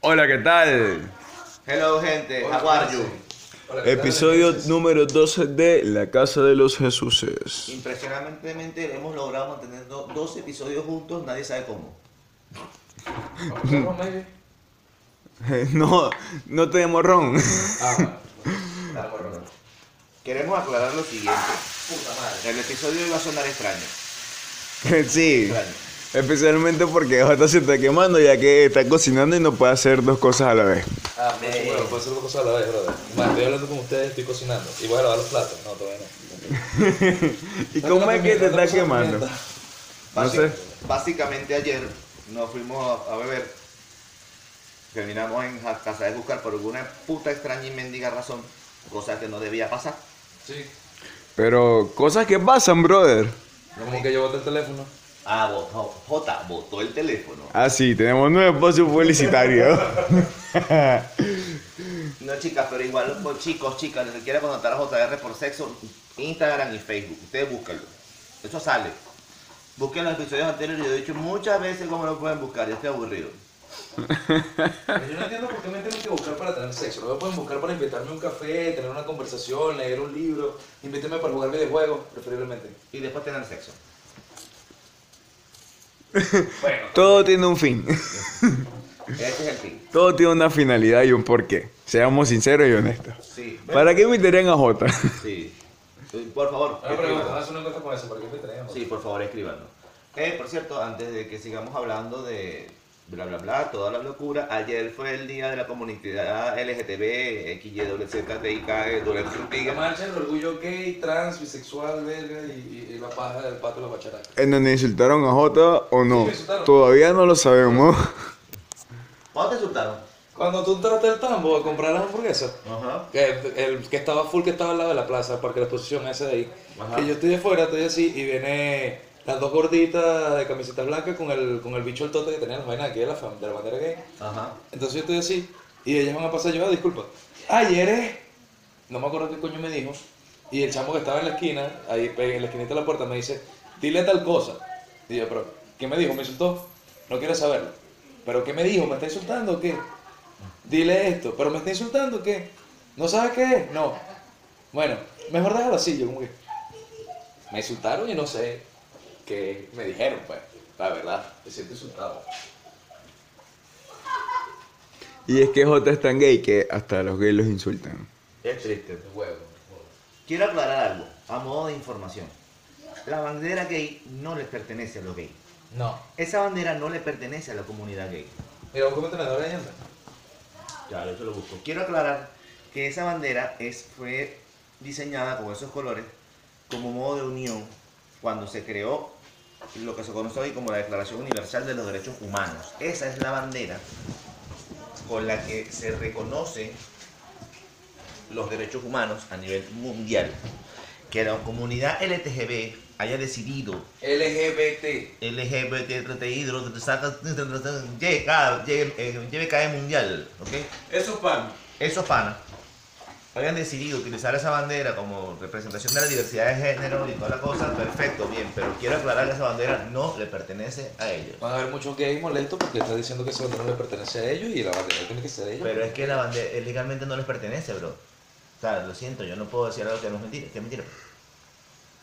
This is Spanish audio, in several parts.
Hola, ¿qué tal? Hello, gente. How are you? Episodio número 12 de La Casa de los Jesuses. Impresionantemente hemos logrado mantener do- dos episodios juntos, nadie sabe cómo. No, no tenemos ron. Ah, Ah, Queremos aclarar lo siguiente. El episodio iba a sonar extraño. Sí, extraño. especialmente porque Jota se está quemando ya que está cocinando y no puede hacer dos cosas a la vez. Ah, por supuesto, pues, puede ser dos cosas a la vez, brother. Más, estoy hablando con ustedes, estoy cocinando. Y voy a lavar los platos. No, todavía no. ¿Y cómo es que te está quemando? No sé. Básicamente ayer nos fuimos a, a beber. Terminamos en Ja- casa de Buscar por alguna puta extraña y mendiga razón. Cosa que no debía pasar. Sí. Pero cosas que pasan, brother. No como que yo boté el teléfono. Ah, botó, J, botó el teléfono. Ah, sí, tenemos nuevo espacio publicitario. No, chicas, pero igual, pues, chicos, chicas, les quiera contratar a JR por sexo, Instagram y Facebook. Ustedes búscalo. Eso sale. Busquen los episodios anteriores. Yo he dicho muchas veces cómo lo pueden buscar. Yo estoy aburrido. Pero yo no entiendo por qué me tienen que buscar para tener sexo. No me pueden buscar para invitarme a un café, tener una conversación, leer un libro, invitarme para jugar videojuegos, preferiblemente. Y después tener sexo. Bueno. Todo tiene un fin. Ese Este es el fin. Todo tiene una finalidad y un porqué. Seamos sinceros y honestos. Sí. ¿Para qué invitarían a Jota? Sí. Eh, Por favor. Una pregunta, no escríbanos. hace una cosa con eso, ¿por qué te traemos? Sí, por favor, escríbanos. Eh, por cierto, antes de que sigamos hablando de bla bla bla, toda la locura, ayer fue el día de la comunidad LGTB, XYWZTIK, La WZTIK. marcha del orgullo gay, trans, bisexual, verga y, y- y la paja del pato de la bacharaca. ¿En donde insultaron a Jota o Sí, no? me insultaron. Todavía no lo sabemos. ¿Cuándo te insultaron? Cuando tú entraste al tambo a comprar las hamburguesas, Ajá. Que, el que estaba full, que estaba al lado de la plaza, porque la exposición esa de ahí. Ajá. Que yo estoy afuera, estoy así, y viene las dos gorditas de camiseta blanca con el, con el bicho el tote que tenían las vainas aquí de la, fam- de la bandera gay. Ajá. Entonces yo estoy así, y ellas van a pasar yo, "Ah, disculpa. Ayer es. No me acuerdo qué coño me dijo. Y el chamo que estaba en la esquina, ahí pe- en la esquinita de la puerta, me dice, dile tal cosa. Y yo, pero, ¿qué me dijo? Me insultó. No quiero saberlo. ¿Pero qué me dijo? ¿Me está insultando o qué? Dile esto. ¿Pero me está insultando o qué? ¿No sabes qué es? No. Bueno, mejor déjalo así, yo como que. Me insultaron y no sé qué me dijeron, pues. La verdad, me siento insultado. Y es que Jota es tan gay que hasta los gays los insultan. Es triste. Huevo. Quiero aclarar algo, a modo de información. La bandera gay no le pertenece a los gays. No. Esa bandera no le pertenece a la comunidad gay. Mira, busca un tenedor ahí anda. Claro, eso lo busco. Quiero aclarar que esa bandera es, fue diseñada con esos colores como modo de unión cuando se creó lo que se conoce hoy como la Declaración Universal de los Derechos Humanos. Esa es la bandera con la que se reconocen los derechos humanos a nivel mundial. Que la comunidad LTGB haya decidido LGBT. LGBTI mundial, ¿ok? Eso es pan. esos panas habían decidido utilizar esa bandera como representación de la diversidad de género y toda la cosa, perfecto, bien, pero quiero aclarar que esa bandera no le pertenece a ellos. Van a haber muchos gays molestos porque está diciendo que esa bandera no le pertenece a ellos y la bandera tiene que ser de ellos. Pero es que la bandera eh, legalmente no les pertenece, bro. O sea, lo siento, yo no puedo decir algo que no es mentira, que es mentira.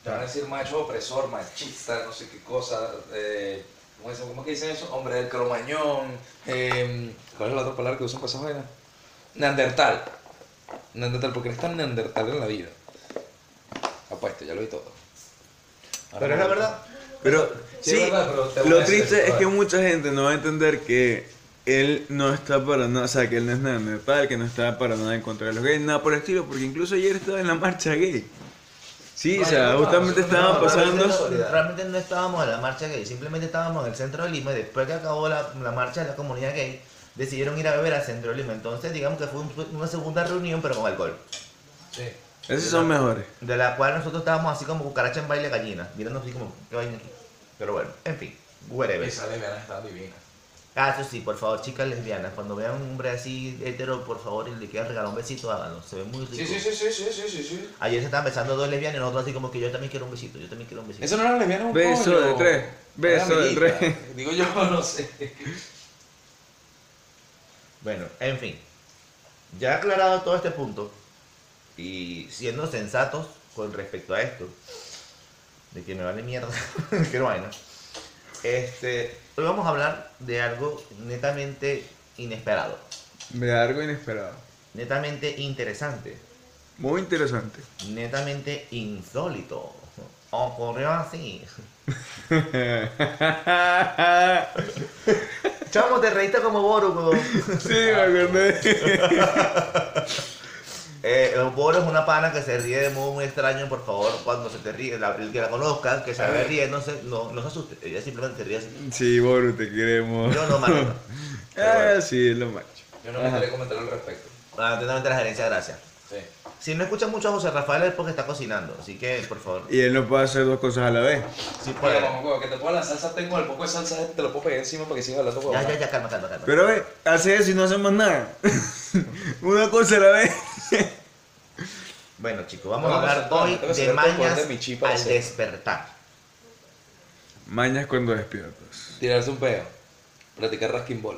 Te van a decir macho opresor, machista, no sé qué cosa. Eh, ¿cómo, dicen, ¿Cómo que dicen eso? Hombre del cromañón. eh, ¿Cuál es la otra palabra que usan para esas vainas? Neandertal. Neandertal, porque eres tan neandertal en la vida. Apuesto, ya lo vi todo. Pero es la verdad. Pero, Sí, es verdad, pero te voy a lo decir triste esto, es que vale. mucha gente no va a entender que él no está para nada, o sea, que él no es nada neutral, que no está para nada en contra de los gays, nada por el estilo, porque incluso ayer estaba en la marcha gay. Sí, o sea, justamente estaban No, realmente pasando... no- Realmente no estábamos en la marcha gay, simplemente estábamos en el centro de Lima y después que acabó la, la marcha de la comunidad gay, decidieron ir a beber al centro de Lima. Entonces, digamos que fue un- una segunda reunión, pero con alcohol. Sí. Esos son mejores. De la cual nosotros estábamos así como cucaracha en baile gallina, mirando así como, ¿qué vaina aquí? Pero bueno, en fin, whatever. Esas lesbianas están divinas. Ah, eso sí, por favor, chicas lesbianas, cuando vean un hombre así hetero, por favor, y le quieran regalar un besito, háganlo, se ve muy rico. Sí, sí, sí, sí, sí, sí, sí, sí. Ayer se estaban besando dos lesbianas y nosotros así como que yo también quiero un besito, yo también quiero un besito. Eso no era lesbiana, un Beso coño. de tres, Era beso de amiguita. tres. Digo yo, no sé. Bueno, en fin. Ya aclarado todo este punto y siendo sensatos con respecto a esto, de que me vale mierda, que no vaina. Este, hoy vamos a hablar de algo netamente inesperado, De algo inesperado. netamente interesante, Muy interesante. netamente insólito. Ocurrió así. Chamo, te reíste como Boru, weón. sí, me acordé. Eh, el Boro es una pana que se ríe de modo muy extraño, por favor, cuando se te ríe, la- el que la conozca, que se ve riéndose, no, no se asuste, ella simplemente se ríe así. Sí, Boru, te queremos. Yo no, Marco. Ah, sí, es lo macho. Yo no me quería comentar al respecto. Atentamente la gerencia, gracias. Sí. Si no escuchan mucho a José Rafael es porque está cocinando, así que, por favor, Y él no puede hacer dos cosas a la vez. sí puede. Bueno, mamá, huevo, que te ponga la salsa, tengo el poco de salsa, este, te lo puedo pegar encima para que sigas hablando con Ya, ya, ya, calma, calma, calma. Pero ve, hace eso y no hace más nada. Una cosa a la vez. Bueno, chicos, vamos No, a vamos hablar a- hoy tengo que de sacar todo el poder mañas de mi chi para al hacer. despertar. Mañas cuando despiertas. Tirarse un peo. Practicar rasking ball.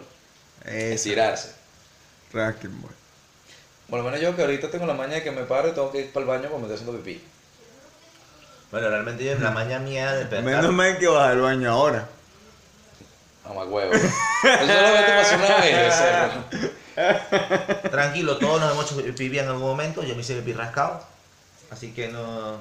Eso. Estirarse. Racking Ball. Por lo menos yo que ahorita tengo la maña de que me paro y tengo que ir para el baño porque me estoy haciendo pipí. Bueno, realmente yo, la maña mía de despertar. Menos mal que vas al baño ahora. Mamá huevo. Eso solamente pasó una vez. yo sé, ¿no? Tranquilo, todos nos hemos hecho pipí en algún momento, yo me hice pipí rascado, así que no,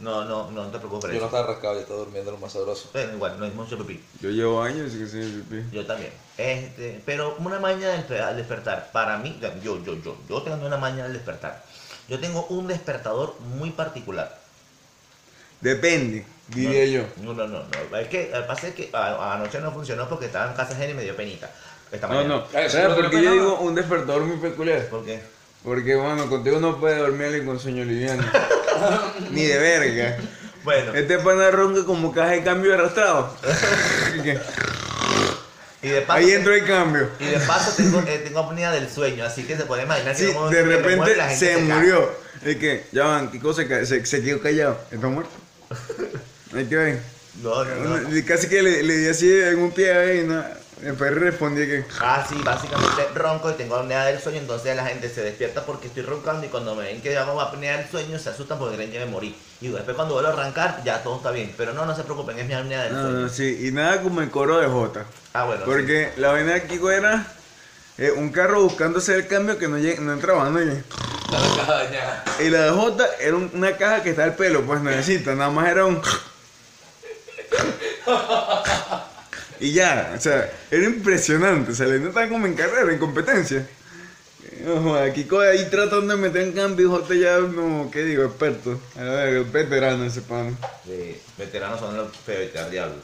no, no, no te preocupes por Yo eso. no estaba rascado, yo estaba durmiendo lo más sabroso. Bueno, igual, no es mucho pipí. Yo llevo años y que soy pipí. Yo también. Este, pero una maña del pe- al despertar, para mí, yo, yo, yo, yo tengo una maña al despertar. Yo tengo un despertador muy particular. Depende, diría yo. No, no, no, no. Es que, al pasa es que a- anoche no funcionó porque estaba en casa ajena y me dio penita. Esta No, mañana. no. Claro, si ¿Sabes no por qué duerme yo nada. digo un despertador muy peculiar? ¿Por qué? Porque, bueno, contigo no puede dormir alguien con sueño liviano. Ni de verga. Bueno, Este pana ronca como caja de cambio de arrastrado. y de paso, Ahí entró el cambio. y de paso tengo, eh, tengo apnea del sueño, así que se puede imaginar que Sí, en un momento de que me mueve la repente gente se cae. murió. Es que, ya van, Kiko se, ca- se, se quedó callado. Está muerto. Hay que ver. No, no, no. Casi que le, le di así en un pie ahí y nada. El perro respondía que. Ah, sí, básicamente ronco y tengo apnea del sueño, entonces la gente se despierta porque estoy roncando y cuando me ven que hago apnea del sueño se asustan porque creen que me morí. Y después cuando vuelvo a arrancar ya todo está bien, pero no, no se preocupen, es mi apnea del No, sueño. no, sí. Y nada como el coro de Jota. Ah, bueno. sí. Porque la vaina de Kiko era eh, un carro buscando hacer el cambio que no, lleg- no entraba, no lleg- Estaba acá dañada. Y la de Jota era un- una caja que está al pelo, pues necesita, nada más era un. Y ya, o sea, era impresionante, o sea, le estaba como en carrera, en competencia. Ojo, a Kiko ahí tratando de meter un cambio y Jota ya, no, ¿qué digo? Experto. A la verga, veterano ese pan. Sí, veteranos son los peores del diablo.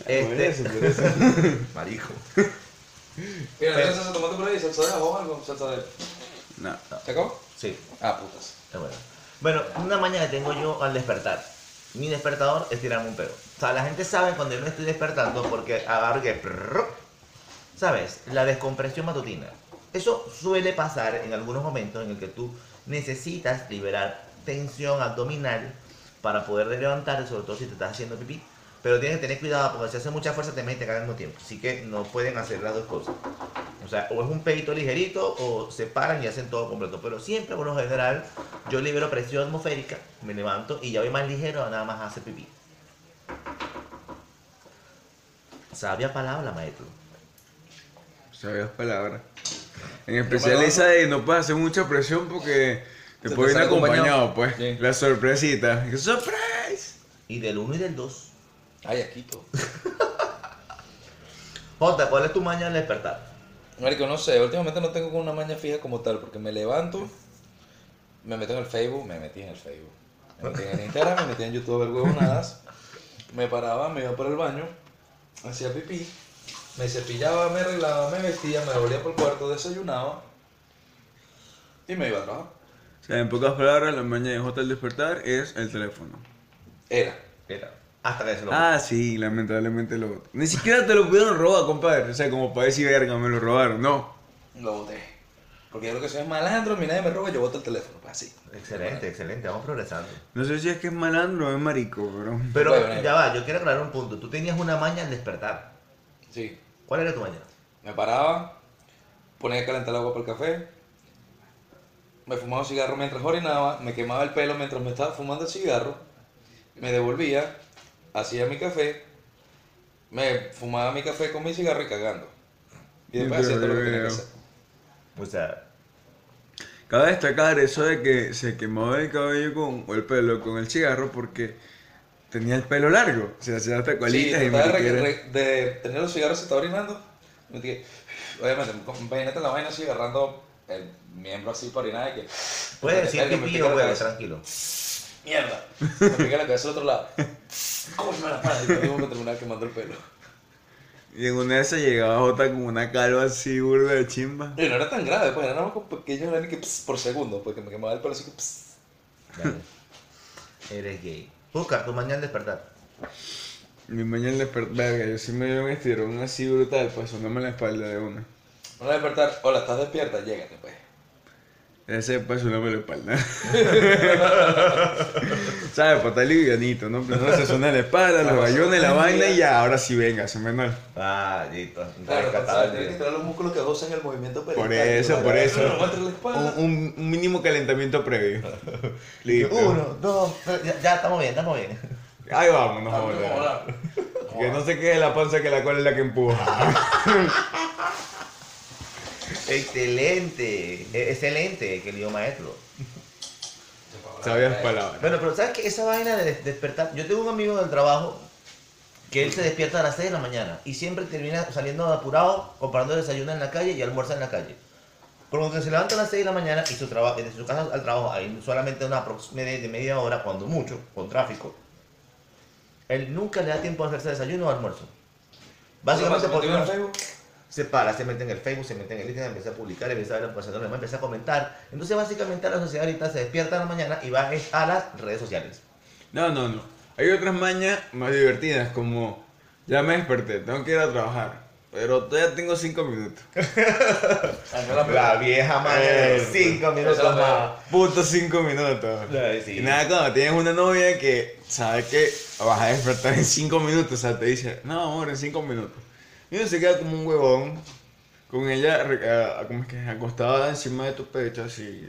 Ah, Por eso, Este, por eso. marico. Mira, entonces se tomó tu por ahí, salsa de ajo o algo, salsa de... No. ¿Se acabó? Sí, Ah, putas. es bueno. Bueno, una mañana que tengo yo al despertar. Mi despertador es tirarme un pedo. O sea, la gente sabe cuando yo me estoy despertando porque agarro que... prrrr. ¿Sabes? La descompresión matutina. Eso suele pasar en algunos momentos en el que tú necesitas liberar tensión abdominal para poder levantarte, sobre todo si te estás haciendo pipí. Pero tienes que tener cuidado porque si hace mucha fuerza te metes al mismo tiempo. Así que no pueden hacer las dos cosas. O sea, o es un pedito ligerito o se paran y hacen todo completo. Pero siempre, por lo general, yo libero presión atmosférica, me levanto y ya voy más ligero, nada más hace pipí. Sabia palabra, maestro. Sabias palabras. En especial esa de no puedes hacer mucha presión porque te Se puede ir te sale acompañado, acompañado. pues. Sí. La sorpresita. ¡Surprise! Y del 1 y del 2. Ay, aquí todo. Jota, ¿cuál es tu maña al despertar? Marico, no sé, últimamente no tengo como una maña fija como tal, porque me levanto, me meto en el Facebook, me metí en el Facebook, me metí en el Instagram, me metí en YouTube, el huevo nada, me paraba, me iba para el baño, hacía pipí, me cepillaba, me arreglaba, me vestía, me volvía por el cuarto, desayunaba y me iba a trabajar. O sea, en pocas palabras, la maña de J al despertar es el teléfono. Era. Espera. Hasta que se lo. Ah, sí, lamentablemente lo Ni siquiera te lo pudieron robar, compadre. O sea, como para decir, verga, me lo robaron. No. Lo boté. Porque yo lo que soy es malandro, mi nadie me roba, yo boto el teléfono, pues así. Excelente, excelente, vamos progresando. No sé si es que es malandro o es marico, pero... Pero Bueno, ya va, yo quiero aclarar un punto. Tú tenías una maña al despertar. Sí. ¿Cuál era tu maña? Me paraba, ponía a calentar el agua para el café, me fumaba un cigarro mientras orinaba, me quemaba el pelo mientras me estaba fumando el cigarro, me devolvía, hacía mi café, me fumaba mi café con mi cigarro y cagando. Y después hacía todo lo que tenía que hacer. O sea, Cabe destacar eso de que se quemó el cabello con, o el pelo con el cigarro porque tenía el pelo largo. O sea, se hasta Sí, colitas y trataba de, mariqueras. re- de tener los cigarros, se estaba orinando. Me dije, obviamente, imagínate la vaina así agarrando el miembro así para orinar. y que, puedes Verga, decir que me pío, pica la güey, cabeza. tranquilo. Mierda. Me pica la cabeza al otro lado. Coño, la madre. Y luego me terminaba quemando el pelo. Y en una de esas llegaba Jota con una calva así burda de chimba. Y no era tan grave, pues era nada más con pequeños granos que pss, por segundo, porque me quemaba el pelo así que pss. Dale. Eres gay. Busca tu mañana despertar. Mi mañana despertar, verga, yo sí me dio un estirón así brutal, pues sonándome la espalda de una. Una despertar, hola, estás despierta, llégate, pues. Ese pues sonándome la espalda. ¿Sabes? Para estar livianito, ¿no? Primero se suena la espalda, los gallones, la vaina y ya, ahora sí venga, se menor. Ah, listo. Claro, Rescatable. pensaba, tienes que entrar los músculos que gozan el movimiento Por pericardio, eso, la por cabeza, eso. no, entre la espalda. Un, un- un mínimo calentamiento previo. Listo. Uno, dos, tres, ya, ya estamos bien, estamos bien. Ahí vámonos a Ah, no, volar. hola. Que no se quede la panza que la cola es la que empuja. Excelente, e- excelente, querido maestro. Sabias palabras. Bueno, pero ¿sabes qué? Esa vaina de des- despertar. Yo tengo un amigo del trabajo que él se despierta a las 6 de la mañana y siempre termina saliendo apurado, comprando desayuno en la calle y almuerza en la calle. Por lo que se levanta a las 6 de la mañana y su traba- desde su casa al trabajo hay solamente una aprox- media- de media hora, cuando mucho, con tráfico. Él nunca le da tiempo a hacerse desayuno o almuerzo. Básicamente ¿Se metió en el porque Facebook? se para, se mete en el Facebook, se mete en el Instagram, empieza a publicar, empieza a ver la conversación de los demás, empieza a comentar. Entonces básicamente la sociedad ahorita se despierta a la mañana y va es a las redes sociales. No, no, no. Hay otras mañas más divertidas, como ya me desperté, tengo que ir a trabajar, pero todavía tengo cinco minutos. Ah, no, la- La vieja madre de Eso. 5 minutos Eso es más. Puto cinco minutos. Ay, sí. Y nada, cuando tienes una novia que sabe que vas a despertar en cinco minutos, o sea, te dice, no, amor, en cinco minutos. Y uno se queda como un huevón, con ella, re- a- a- ¿cómo es que? es? Acostada encima de tu pecho, así.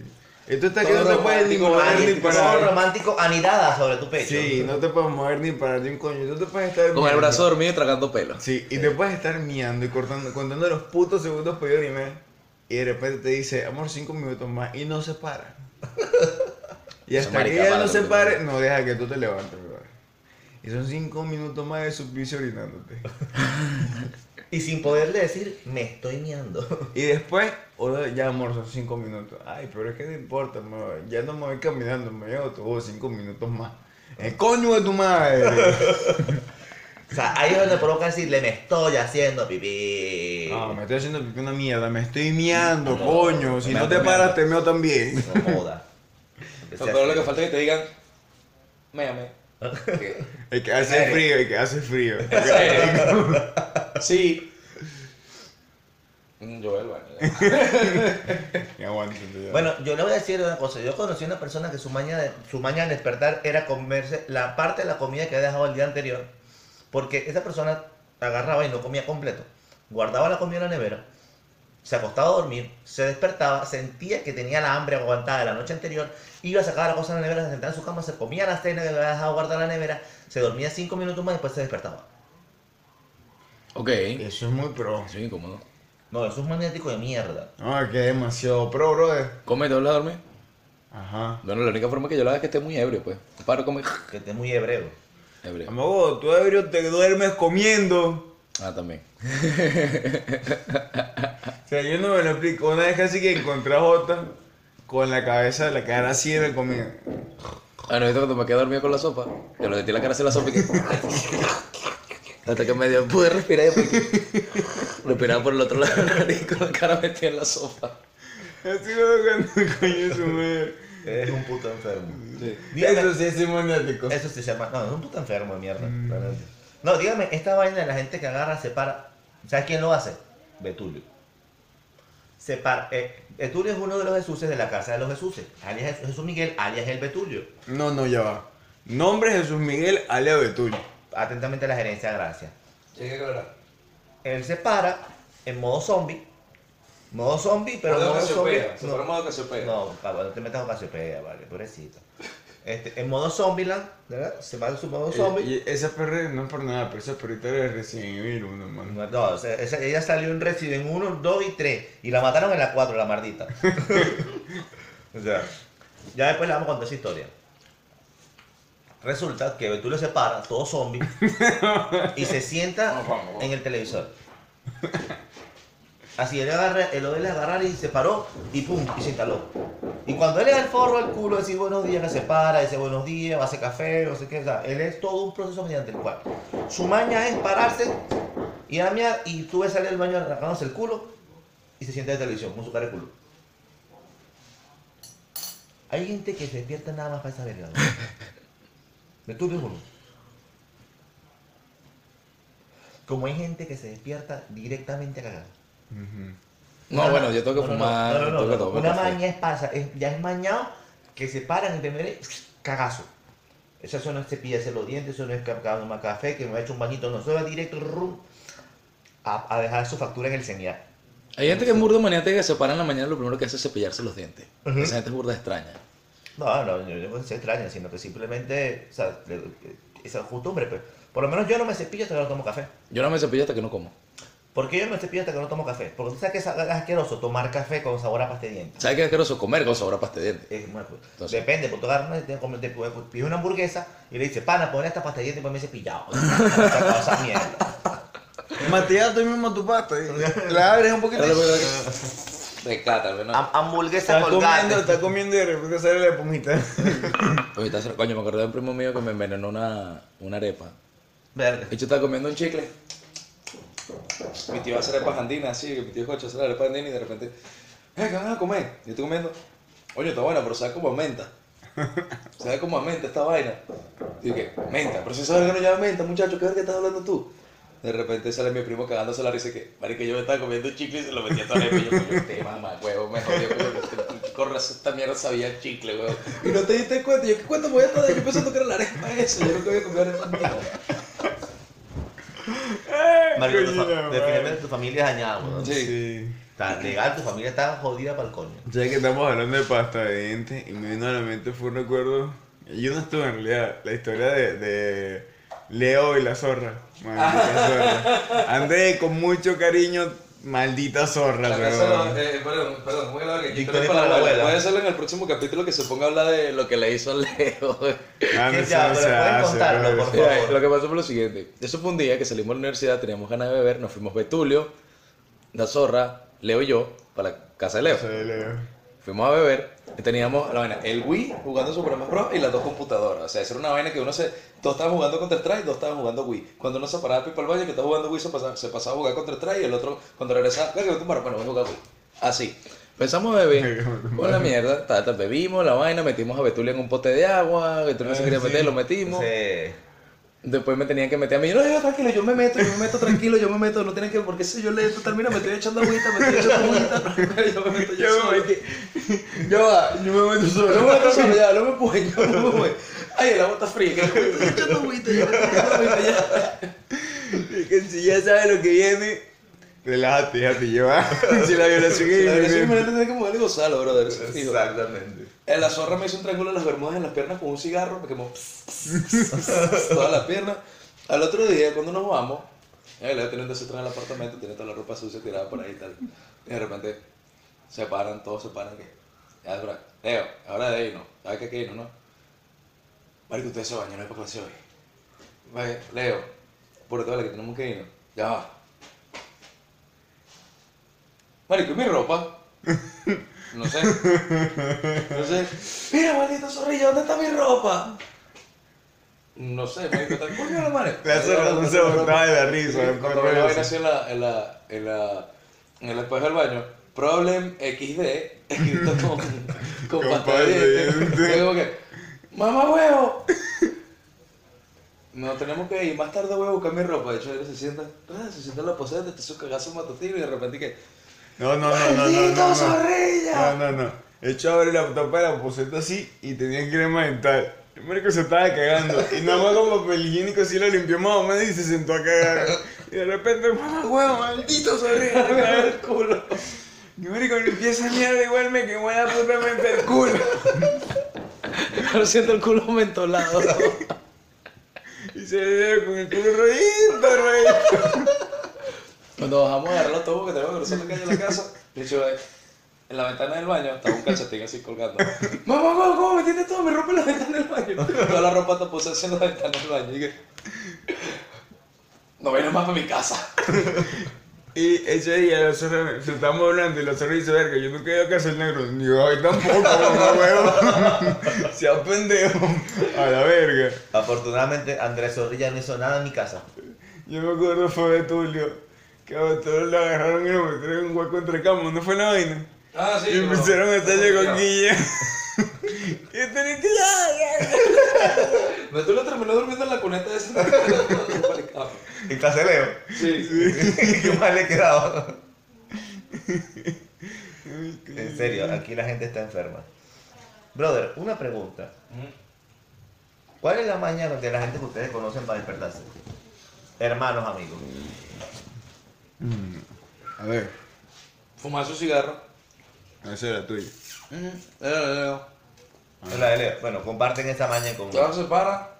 Y tú estás que Todo no te puedes ni romántico, mover ni romántico, Todo parar. romántico anidada sobre tu pecho. Sí, no te puedes mover ni parar ni un coño. Tú te puedes estar. Con el mirando. brazo dormido y tragando pelo. Sí, y te puedes estar miando y cortando, contando los putos segundos por y medio. Y de repente te dice, amor, cinco minutos más. Y no se para. y Esa hasta que marica ella para no tú se también. pare, no deja que tú te levantes, brother. Y son cinco minutos más de suplicio orinándote. Y sin poderle decir, me estoy miando. Y después, "Hola, ya amor, son cinco minutos. Ay, pero es que no importa, amor, ya no me voy caminando, me voy a autobús cinco minutos más. El coño de tu madre. O sea, ahí es donde provoca decirle, me estoy haciendo pipí. no, Ah, me estoy haciendo pipí una mierda, me estoy miando, coño. Si me no te ando paras, meando. te meo también. No joda. Lo peor lo que falta es que te digan, me amé. Que- El que hace Serio. frío, el que hace frío. ¿En serio? Sí. Mm, Yo voy al baño. ya. Y aguántate ya. Bueno, yo le voy a decir una cosa. Yo conocí a una persona que su maña, de- su maña al despertar era comerse la parte de la comida que había dejado el día anterior. Porque esa persona agarraba y no comía completo. Guardaba la comida en la nevera. Se acostaba a dormir, se despertaba, sentía que tenía la hambre aguantada de la noche anterior, iba a sacar la cosa de la nevera, se sentaba en su cama, se comía la cena que le había dejado guardada en la nevera, se dormía cinco minutos más y después se despertaba. Ok. eso es muy pro. Soy incómodo. No, eso es magnético de mierda. No, que es demasiado pro, brother. Come, te vuelves a dormir. Ajá. Bueno, la única forma que yo la hago es que esté muy ebrio, pues. Paro, come. Que te es muy hebreo. Ebrio. Amago, tú ebrio te duermes comiendo. Ah, también. O sea, yo no me lo explico. Una vez casi que encontré a Jota con la cabeza de la cara así en la comida. Ah, no, ¿viste cuando me quedé dormido con la sopa? Yo le metí la cara hacia la sopa y que... Hasta que medio pude respirar y después que- Respiraba por el otro lado de la nariz con la cara metida en la sopa. Así como cuando coño su madre. Eres un puto enfermo. Dígame- Eso sí es maniático. Eso se llama. No, es un puto enfermo de mierda, realmente. No, dígame, esta vaina de la gente que agarra, separa. ¿Sabes quién lo hace? Betulio. Separa. eh, Betulio es uno de los Jesuses de la casa de los Jesuses. Alias Jesús Miguel, alias el Betulio. No, no, ya va. Nombre Jesús Miguel Aleo Betulio. Atentamente la gerencia, gracias. Llegué a aclarar. Él se para en modo zombie, Modo zombie, pero modo modo zombie. Casiopea, se no. fueron modo Casiopea. No, papá, no te metas con Casiopea, vale, pobrecito. Este, en modo Zombieland, ¿verdad? Se va a su Eh, modo zombie. Eh, Y, y esa perra no es por nada, pero esa perrita era de Resident Evil, uno, mano. No, o sea, esa- ella salió en Resident 1, 2 y 3. Y la mataron en la 4, la mardita. o sea, ya después le vamos a contar esa historia. Resulta que tú le separas, todo zombie, y se sienta Vamos, vamos, vamos. en el televisor. Así él agarra, él lo de agarrar y se paró y pum, y se instaló. Y cuando él le da el forro al culo, dice buenos días, que se para, dice buenos días, va a hacer café, no sé qué, o sea, él es todo un proceso mediante el cual su maña es pararse y a miar, y tú ves salir del baño arrancándose el culo y se sienta en la televisión con su cara de culo. Hay gente que se despierta nada más para esa verga. ¿no? Me tuve uno. Como hay gente que se despierta directamente a cagar. Ujú. No, bueno, yo tengo que fumar. No, no, no, tengo que no. tomar Una café. maña es pasa, es- ya es mañado que se paran y te miren, cagazo. Eso, eso no es cepillarse los dientes, eso no es cagando más café, que me ha hecho un bañito, no, eso va directo rum, a, a dejar su factura en el señal. Hay gente que es burda maniática que se para en la mañana y lo primero que hace es cepillarse los dientes. Ujú. Esa gente es burda extraña. No, no, yo yo no se extraña, sino que simplemente, o sea, le- eh, esa costumbre, pero por lo menos yo no me cepillo hasta que no tomo café. Yo no me cepillo hasta que no como. ¿Por qué yo no me cepillo hasta que no tomo café? Porque tú sabes que es asqueroso tomar café con sabor a pasta de dientes. ¿Sabes qué es asqueroso? Comer con sabor a pasta de dientes. Es muy asqueroso. Entonces- Depende, porque tú agarras una, te, comes- te- pues, pides una hamburguesa y le dices, pana, pon esta pasta de dientes y ponme cepillado. Sacado esa mierda. Matías, tú mismo tu pata. ¿eh? La abres un poquito. y- De cátame, ¿no? Ham- hamburguesa Está comiendo, colgante. está comiendo y de repente sale la espumita. Oye, estás- coño, me acordé de un primo mío que me envenenó una, una arepa. Verga. De hecho, estaba comiendo un chicle. Mi tío hace arepas andinas, así, que mi tío Jocho hace la arepa andina y de repente, eh, ¿qué van a comer? Yo estoy comiendo, oye, está buena, pero sabe como a menta. Sabe como a menta esta vaina. Y dije, menta, pero si esa verga no lleva menta, muchacho, ¿qué verga estás hablando tú? De repente sale mi primo cagándose la risa y que, marico, yo me estaba comiendo un chicle y se lo metí a tu arepa. Y yo, coño, te mamá, huevo, me jodió, coño, este con razón esta mierda sabía a chicle, huevo. Y no te diste cuenta, yo, ¿qué cuánto voy a estar? Yo pensando que era la arepa esa, yo nunca había comido arepa en mi vida. Marico, tu fa- Coño, madre. definitivamente tu familia es dañada, weón. Sí. Sí. Está legal, tu familia está jodida para el coño. Ya que estamos hablando de pasta de dientes y me vino a la mente fue un recuerdo. Yo no estuve en realidad. La historia de, de Leo y la zorra. Maldita zorra. André, con mucho cariño, maldita zorra, La weón. casa, eh, perdón, perdón, voy a hablar aquí. Victoria Pero para para la la- abuela. Voy a hacerlo en el próximo capítulo que se ponga a hablar de lo que le hizo a Leo. Ah, no Sí, sé, eh, ya, no pero se pueden hace, contarlo, weón. por favor. Mira, lo que pasó fue lo siguiente. Eso fue un día que salimos de la universidad, teníamos ganas de beber, nos fuimos Betulio, la zorra, Leo y yo, para la casa de Leo. Soy Leo. Fuimos a beber y teníamos la vaina, el Wii jugando Super Smash Bros. y las dos computadoras. O sea, eso era una vaina que uno se. Dos estaban jugando Counter Strike, dos estaban jugando Wii. Cuando uno se paraba pipa al baño que estaba jugando Wii, se pasaba, se pasaba a jugar Counter Strike y el otro, cuando regresaba, "Venga, vete a tomar". bueno, voy a jugar Wii. Así. Pensamos beber con la mierda, tal, tal, bebimos la vaina, metimos a Betulia en un pote de agua, Betulia se Ah, quería sí. meter, lo metimos. Sí. Después me tenían que meter a mí. Yo, no, yo, tranquilo, yo me meto, yo me meto tranquilo, yo me meto, no tienen que, porque si yo le total, mira, me estoy echando agüita, me estoy echando agüita, yo me meto yo Yo me solo. metí. Yo va, yo me meto No solo. me meto solo, ya, no me empujen, yo no me empujen. Ay, el agua está fría, que me estoy echando agüita, yo me estoy echando agüita ya. Y que si ya sabes lo que viene, relájate, déjate llevar. Si la violación es La verdad es que me inminente. la tenía que mover y gozarlo, brother. eso es fijo. Exactamente. Eh, La zorra me hizo un triángulo en las bermudas en las piernas con un cigarro, me quemó todas las piernas. Al otro día, cuando nos vamos, eh, Leo teniendo ese tren en el apartamento, tiene toda la ropa sucia tirada por ahí y tal. Y de repente se paran, todos se paran. Que, ya, ahora, Leo, ahora de irnos. ¿Sabes que hay que irnos, no? Marico, ustedes se bañaron para clase hoy. Vaya, Leo, por todo lo que tenemos que irnos. Ya va. Marico, ¿y mi ropa? No sé. No sé. Mira, maldito zorrillo, ¿dónde está mi ropa? No sé, marico, está coño la madre. La zorra no se montaba de la risa. Sí, me Cuando acuerdo me de la eso. vaina así en la, en la, en la, en el espejo del baño, problem XD, escrito con, con, Con pasta pasta de de dientes. dientes. Yo como que, mamá huevo. No tenemos que ir, más tarde voy a buscar mi ropa. De hecho, él se sienta, ah, se sienta en la posada, te hizo cagazo matutino y de repente que, No, no, no, no, no, ¡Maldito no, zorrilla! no. No, no, no. El chavo abrió la tapa de la poseta así y tenía crema dental. El marico se estaba cagando. Y nada más con papel higiénico así lo limpió más o menos y se sentó a cagar. Y de repente, mamá, huevo, maldito zorrilla. el culo. Y marico, empieza a mierda igual me quemó la puta mente el culo. Haciendo el culo mentolado. Y se le dio con el culo rollito, rollito. Cuando bajamos a agarrar el autobús que tenemos que cruzar la calle de la casa, de hecho, eh, en la ventana del baño estaba un cachetín así colgando. Mamá, mamá, ¿cómo metiste todo? Me rompe la ventana del baño. Toda la ropa taposa en la ventana del baño. Y que, no vienes más para mi casa. Y ese día nosotros se estamos hablando y los otros dice, verga, yo no quiero casa el negro. Ni yo, ay tampoco, mamá huevo. Sea pendejo. A la verga. Afortunadamente, Andrés Zorrilla no hizo nada en mi casa. Yo me acuerdo fue de Tulio. Que a todos lo agarraron y lo metieron en un hueco entre camas, no fue la vaina. Ah, y este empezaron a estar con Guille. y tenés que ya, ya. No, tú lo terminó durmiendo en la cuneta de esa. sí, El caseleo. sí. ¿Qué más le quedaba? En serio, aquí la gente está enferma. Brother, una pregunta. ¿Cuál es la maña de la gente que ustedes conocen para despertarse? Hermanos, amigos. A ver, Fumar su cigarro. esa era tuya. Leo, leo. Es la de Leo. Bueno, comparten esa maña con Todo se para.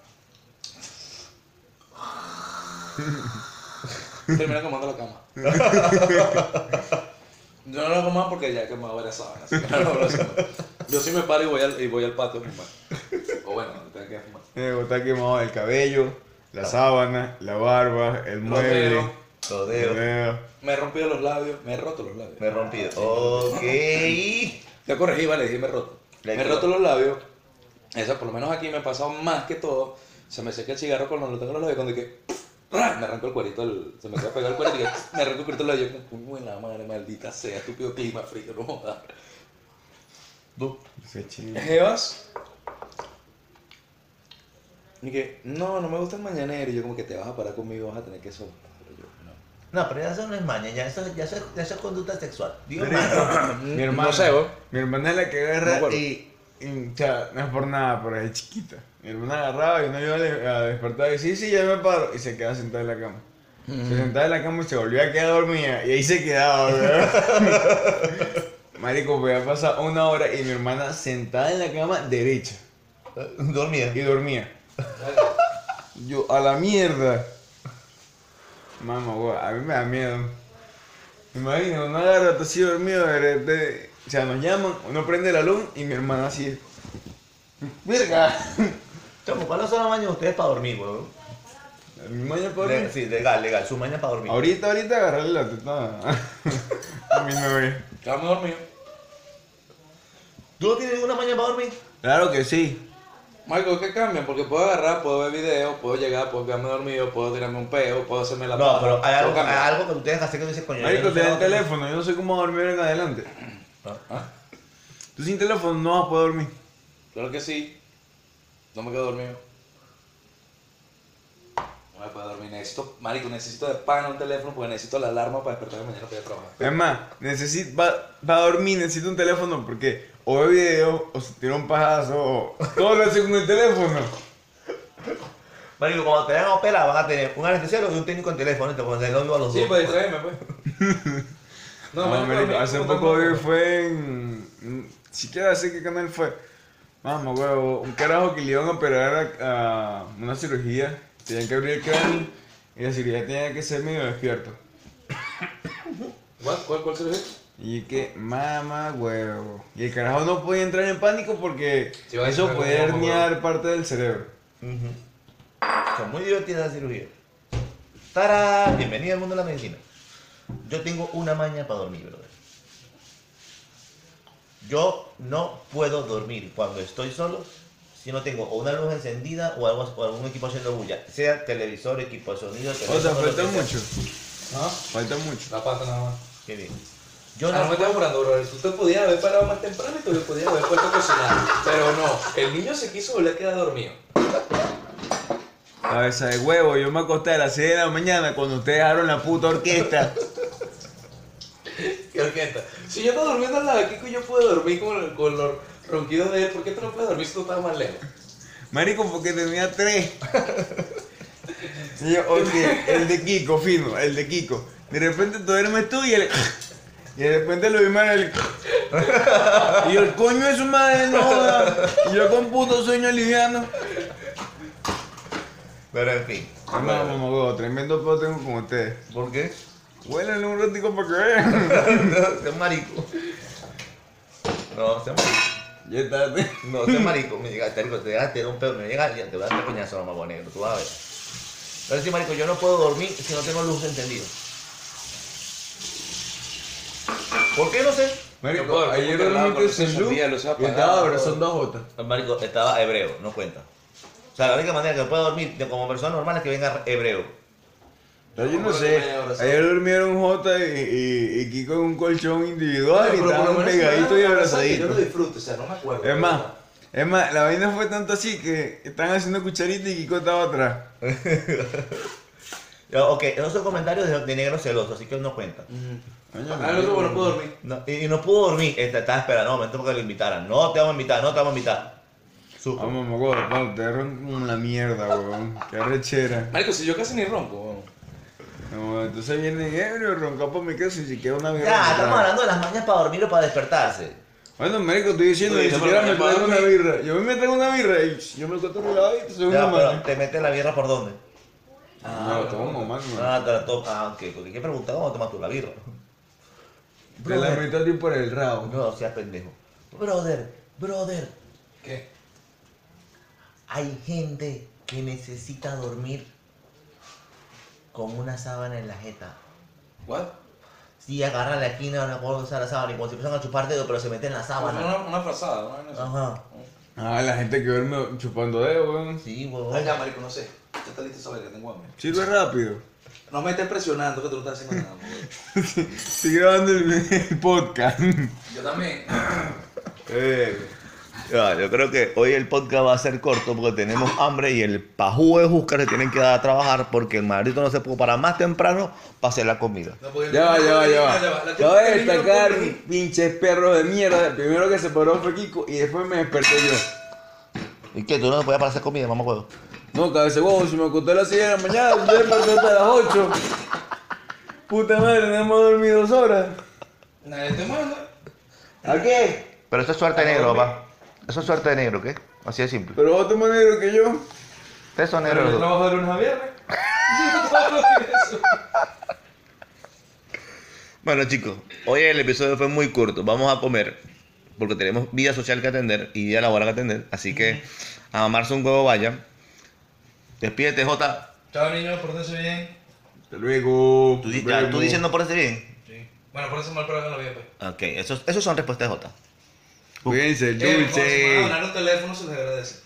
Termina quemando la cama. Yo no lo hago más porque ya he quemado varias sábanas. así que no lo hago más. Yo sí me paro y voy al, y voy al patio a fumar. O bueno, donde tenga que ir a fumar. Luego está Eh, quemado el cabello, la sábana, la barba, el Los mueble. dedos. los el dedos. dedo. Me he rompido los labios. Me he roto los labios. Me he rompido. Ok. Yo corregí, vale, dije me he roto. Le me he quedó. roto los labios. Eso, por lo menos aquí me ha pasado más que todo. Se me seca el cigarro cuando lo tengo en los labios. Cuando que. ¡ra! Me arrancó el cuerito, el- se me queda pegado el cuerito. y que, me arrancó el cuerito del labio. Uy, en la madre, maldita sea, estúpido clima frío, no jodas. Tú. Se chinga. Jevas. Y que, no, no me gusta el mañanero. Y yo, como que te vas a parar conmigo, vas a tener que soportar. Pero yo, no. No, pero ya eso no es maña, ya eso, ya eso, es- ya eso es conducta sexual. Digo, Verga. maña. Mi hermana, No sé, ¿vos? mi hermana es la que No me agarra acuerdo. y, y, o sea, no es por nada, pero es chiquita. Mi hermana agarraba y no iba a le- a despertar y sí, sí, ya me paro. Y se quedaba sentada en la cama. Se sentaba en la cama y se volvía a quedar dormida. Y ahí se quedaba, weón. Marico, pues ya pasado una hora y mi hermana sentada en la cama derecha. Dormida. Y dormía. Yo, a la mierda. Mamá, weón, a mí me da miedo. Me imagino, uno agarra, está así dormido, de repente, o sea, nos llaman, uno prende la luz y mi hermana así. ¡Verga! Chamo, ¿cuáles son las mañas de ustedes para dormir, weón? Mi maña por Le- Sí, legal, legal, su maña para dormir. Ahorita, ahorita agarrarle la teta a mi novia. Quedamos dormido. ¿Tú no tienes ninguna maña para dormir? Claro que sí. Michael, ¿qué cambian? Porque puedo agarrar, puedo ver videos, puedo llegar, puedo quedarme dormido, puedo tirarme un peo, puedo hacerme la No, paja, pero hay algo, puedo cambiar. hay algo que ustedes hacen que tú dices, coño. yo Marico, Eh, no te sé da el dónde- teléfono, yo no sé cómo dormir en adelante. Ah, Tú sin teléfono no vas a poder dormir. Claro que sí. No me quedo dormido. No me puedo dormir. Necesito, marico, necesito de pan un teléfono porque necesito la alarma para despertarme mañana para ir a trabajar. Es más, necesito, va, va a dormir, necesito un teléfono porque o ve video, o se tira un pajazo, o todo lo hace con el teléfono. Marico, cuando te hagan operar van a tener un anestesiólogo y un técnico en teléfono y te ponen dónde van los Sí, dos. para distraerme, pues. No, marico, marico, dormí hace como poco tan- vi- fue en. en- Siquiera sé qué canal fue. Mamá, huevo, un carajo que le iban a operar a, a una cirugía. Tenían que abrir el cráneo y la cirugía tenía que ser medio despierto. ¿Cuál, cuál, cuál se Y que, mamá, huevo. Y el carajo no podía entrar en pánico porque Sí, va a eso entrar puede en mamá, herniar parte del cerebro. Ujú. Son muy divertidas las cirugías. ¡Tarán! Bienvenida al mundo de la medicina. Yo tengo una maña para dormir, brother. Yo no puedo dormir cuando estoy solo si no tengo o una luz encendida o, algo- o algún equipo haciendo bulla. Sea televisor, equipo de sonido, O sea, teléfono, lo falta que sea. mucho. ¿Ah? Falta mucho. La pata nada más. Qué bien. Yo Ah, no no me estás apurando, brother. Tú te podías haber parado más temprano y tú le podías haber puesto a cocinar. Pero no, el niño se quiso volver a quedar dormido. Cabeza de huevo, yo me acosté a las 6 de la mañana cuando ustedes dejaron la puta orquesta. Qué orquesta. Si yo estaba durmiendo al lado de Kiko y yo pude dormir con, el- con los ronquidos de él, ¿por qué tú no puedes dormir si tú estabas más lejos? Marico, porque tenía tres. Sí, oye, el de Kiko, fino, el de Kiko. De repente tú duermes tú y el. Y de repente lo vi mal el... Y yo, el coño es su madre, no joda. Y yo con puto sueño liviano. Pero en fin. No, mamá, huevo, tremendo pedo tengo con ustedes. ¿Por qué? Huélenle un ratico para que vean. no, seas marico. No, seas marico. Ya está. te- No, seas marico. Me llega, te digo, te llegas a tirar un pedo, me llega y te voy a dar coñazo, mamá negro, tú vas a ver. Pero sí, marico, yo no puedo dormir si no tengo luz encendida. ¿Por qué? No sé. Yo puedo, Marico, yo ayer puedo hablar con dormí ese sin luz día, los y apagados. estaba abrazando a Jota. Marico, estaba hebreo, no cuenta. O sea, la única manera que pueda dormir de- como persona normal es que venga hebreo. No, yo no Bueno, sé. me abrazó. Ayer durmieron Jota y, y, y Kiko en un colchón individual y Pero por lo estaban menos si me pegaditos dan y una abrazada, Yo lo abrazaditos. disfruto, o sea, no me acuerdo. Es más, es más, la vaina fue tanto así que estaban haciendo cucharita y Kiko estaba atrás. Ya, Ok, esos son comentarios de, de negro celoso, así que no cuenta. Coño, Ah, no, como no puedo dormir. No, y, y no pudo dormir, esta- estaba esperando un momento porque lo invitaran. No te vamos a invitar, no te vamos a invitar. Supo. Vamos, me acuerdo, te roncan como la mierda, weón. Qué arrechera. Marico, si yo casi ni rompo. No, entonces viene ebrio, roncó por mi casa y si siquiera una birra. Ya, me estamos trago. hablando de las mañas para dormir o para despertarse. Bueno, marico, estoy diciendo, Tú ni dices, siquiera me pero traigo hermano, una birra. Yo me traigo una birra y yo me encuentro relajado y soy una Ya, pero mano. te metes la birra por dónde? Ah, No, tomo, mano. Ah, te la tomas. Ah, ok, porque qué pregunta cómo tomas tú la birra. Te la Brother. meto a ti por el rabo. No seas pendejo. Brother, brother, ¿Qué? hay gente que necesita dormir con una sábana en la jeta. ¿What? Si agarran la esquina, van a usar la sábana y cuando se empiezan a chupar dedo, pero se meten en la sábana. Una, una frazada, una vaina así. Ajá. Ah, la gente que duerme chupando dedo, weón. Sí, huevón. Ah, ya, marico, no sé. Ya está listo saber que tengo hambre. Sirve rápido. No me estés presionando que tú no estás haciendo nada, amor. Estoy grabando el, el podcast. Yo también. Eh, Ya, yo creo que hoy el podcast va a ser corto porque tenemos hambre y el pajú de Júscar se tienen que dar a trabajar porque el marito no se pudo parar más temprano para hacer la comida. No, porque- ya va, ya va, ya Ya va, va. Cabe la culpa es que yo no puedo destacar, venir. pinches perros de mierda. El primero que se paró fue Kiko y después me desperté yo. ¿Y qué? ¿Tú no podías parar a hacer comida, mamá huevo? No, cabeza, huevo, si me acosté a las 6 de la mañana, yo desperté hasta las 8. Puta madre, no hemos dormido dos horas. Nadie te manda. ¿A qué? Pero eso es suerte de negro, papá. Eso es suerte de negro, ¿qué? Así de simple. Pero vos más negro que yo. Ustedes son negros Pero yo los dos. trabajo de lunes a viernes. Yo trabajo de eso. Bueno, chicos, hoy el episodio fue muy corto. Vamos a comer porque tenemos vida social que atender y vida laboral que atender. Así que a mamarse un huevo vaya. Despídete, Jota. Chao, niños, pórtense bien. Hasta luego. Tú, di- ya, tú diciendo por ese bien. Sí. Bueno, pórtense mal, pero háganlo bien, pues. Ok, esos, esos son respuestas de Jota. Cuídense, el Eh, dulce. Donar un teléfono se les agradece.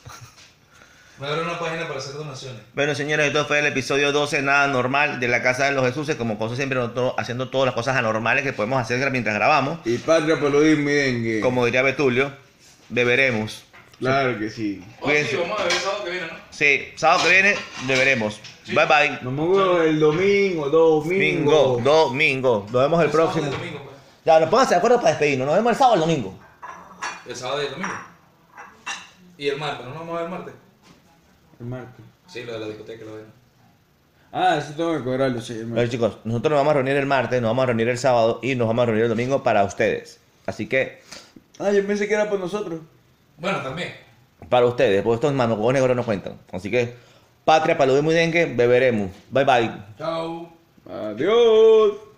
Voy a abrir una página para hacer donaciones. Bueno, señores, esto fue el episodio 12, nada normal, de la Casa de los Jesuses. Como cosa siempre, nosotros haciendo todas las cosas anormales que podemos hacer mientras grabamos. Y patria paludismo y dengue. Como diría Betulio, beberemos. Claro que sí. Oh, sí, Cuídense. vamos a ver el sábado que viene, ¿no? Sí, sábado que viene, beberemos. Bye bye. Nos vemos el domingo, domingo. Domingo, domingo. Nos vemos el sábado próximo. y el domingo, pues. Ya, nos pónganse de acuerdo para despedirnos. Nos vemos el sábado o el domingo. El sábado y el domingo. Y el martes, ¿no nos vamos a ver el martes? El martes. Sí, lo de la discoteca, lo de. Ah, eso tengo que cobrarlo, sí, el A martes. ver, chicos, nosotros nos vamos a reunir el martes, nos vamos a reunir el sábado y nos vamos a reunir el domingo para ustedes. Así que, Ah, yo pensé que era por nosotros. Bueno, también. para ustedes, porque estos manos negros no cuentan. Así que, patria, paludismo y dengue, beberemos. Bye bye. Chao. Adiós.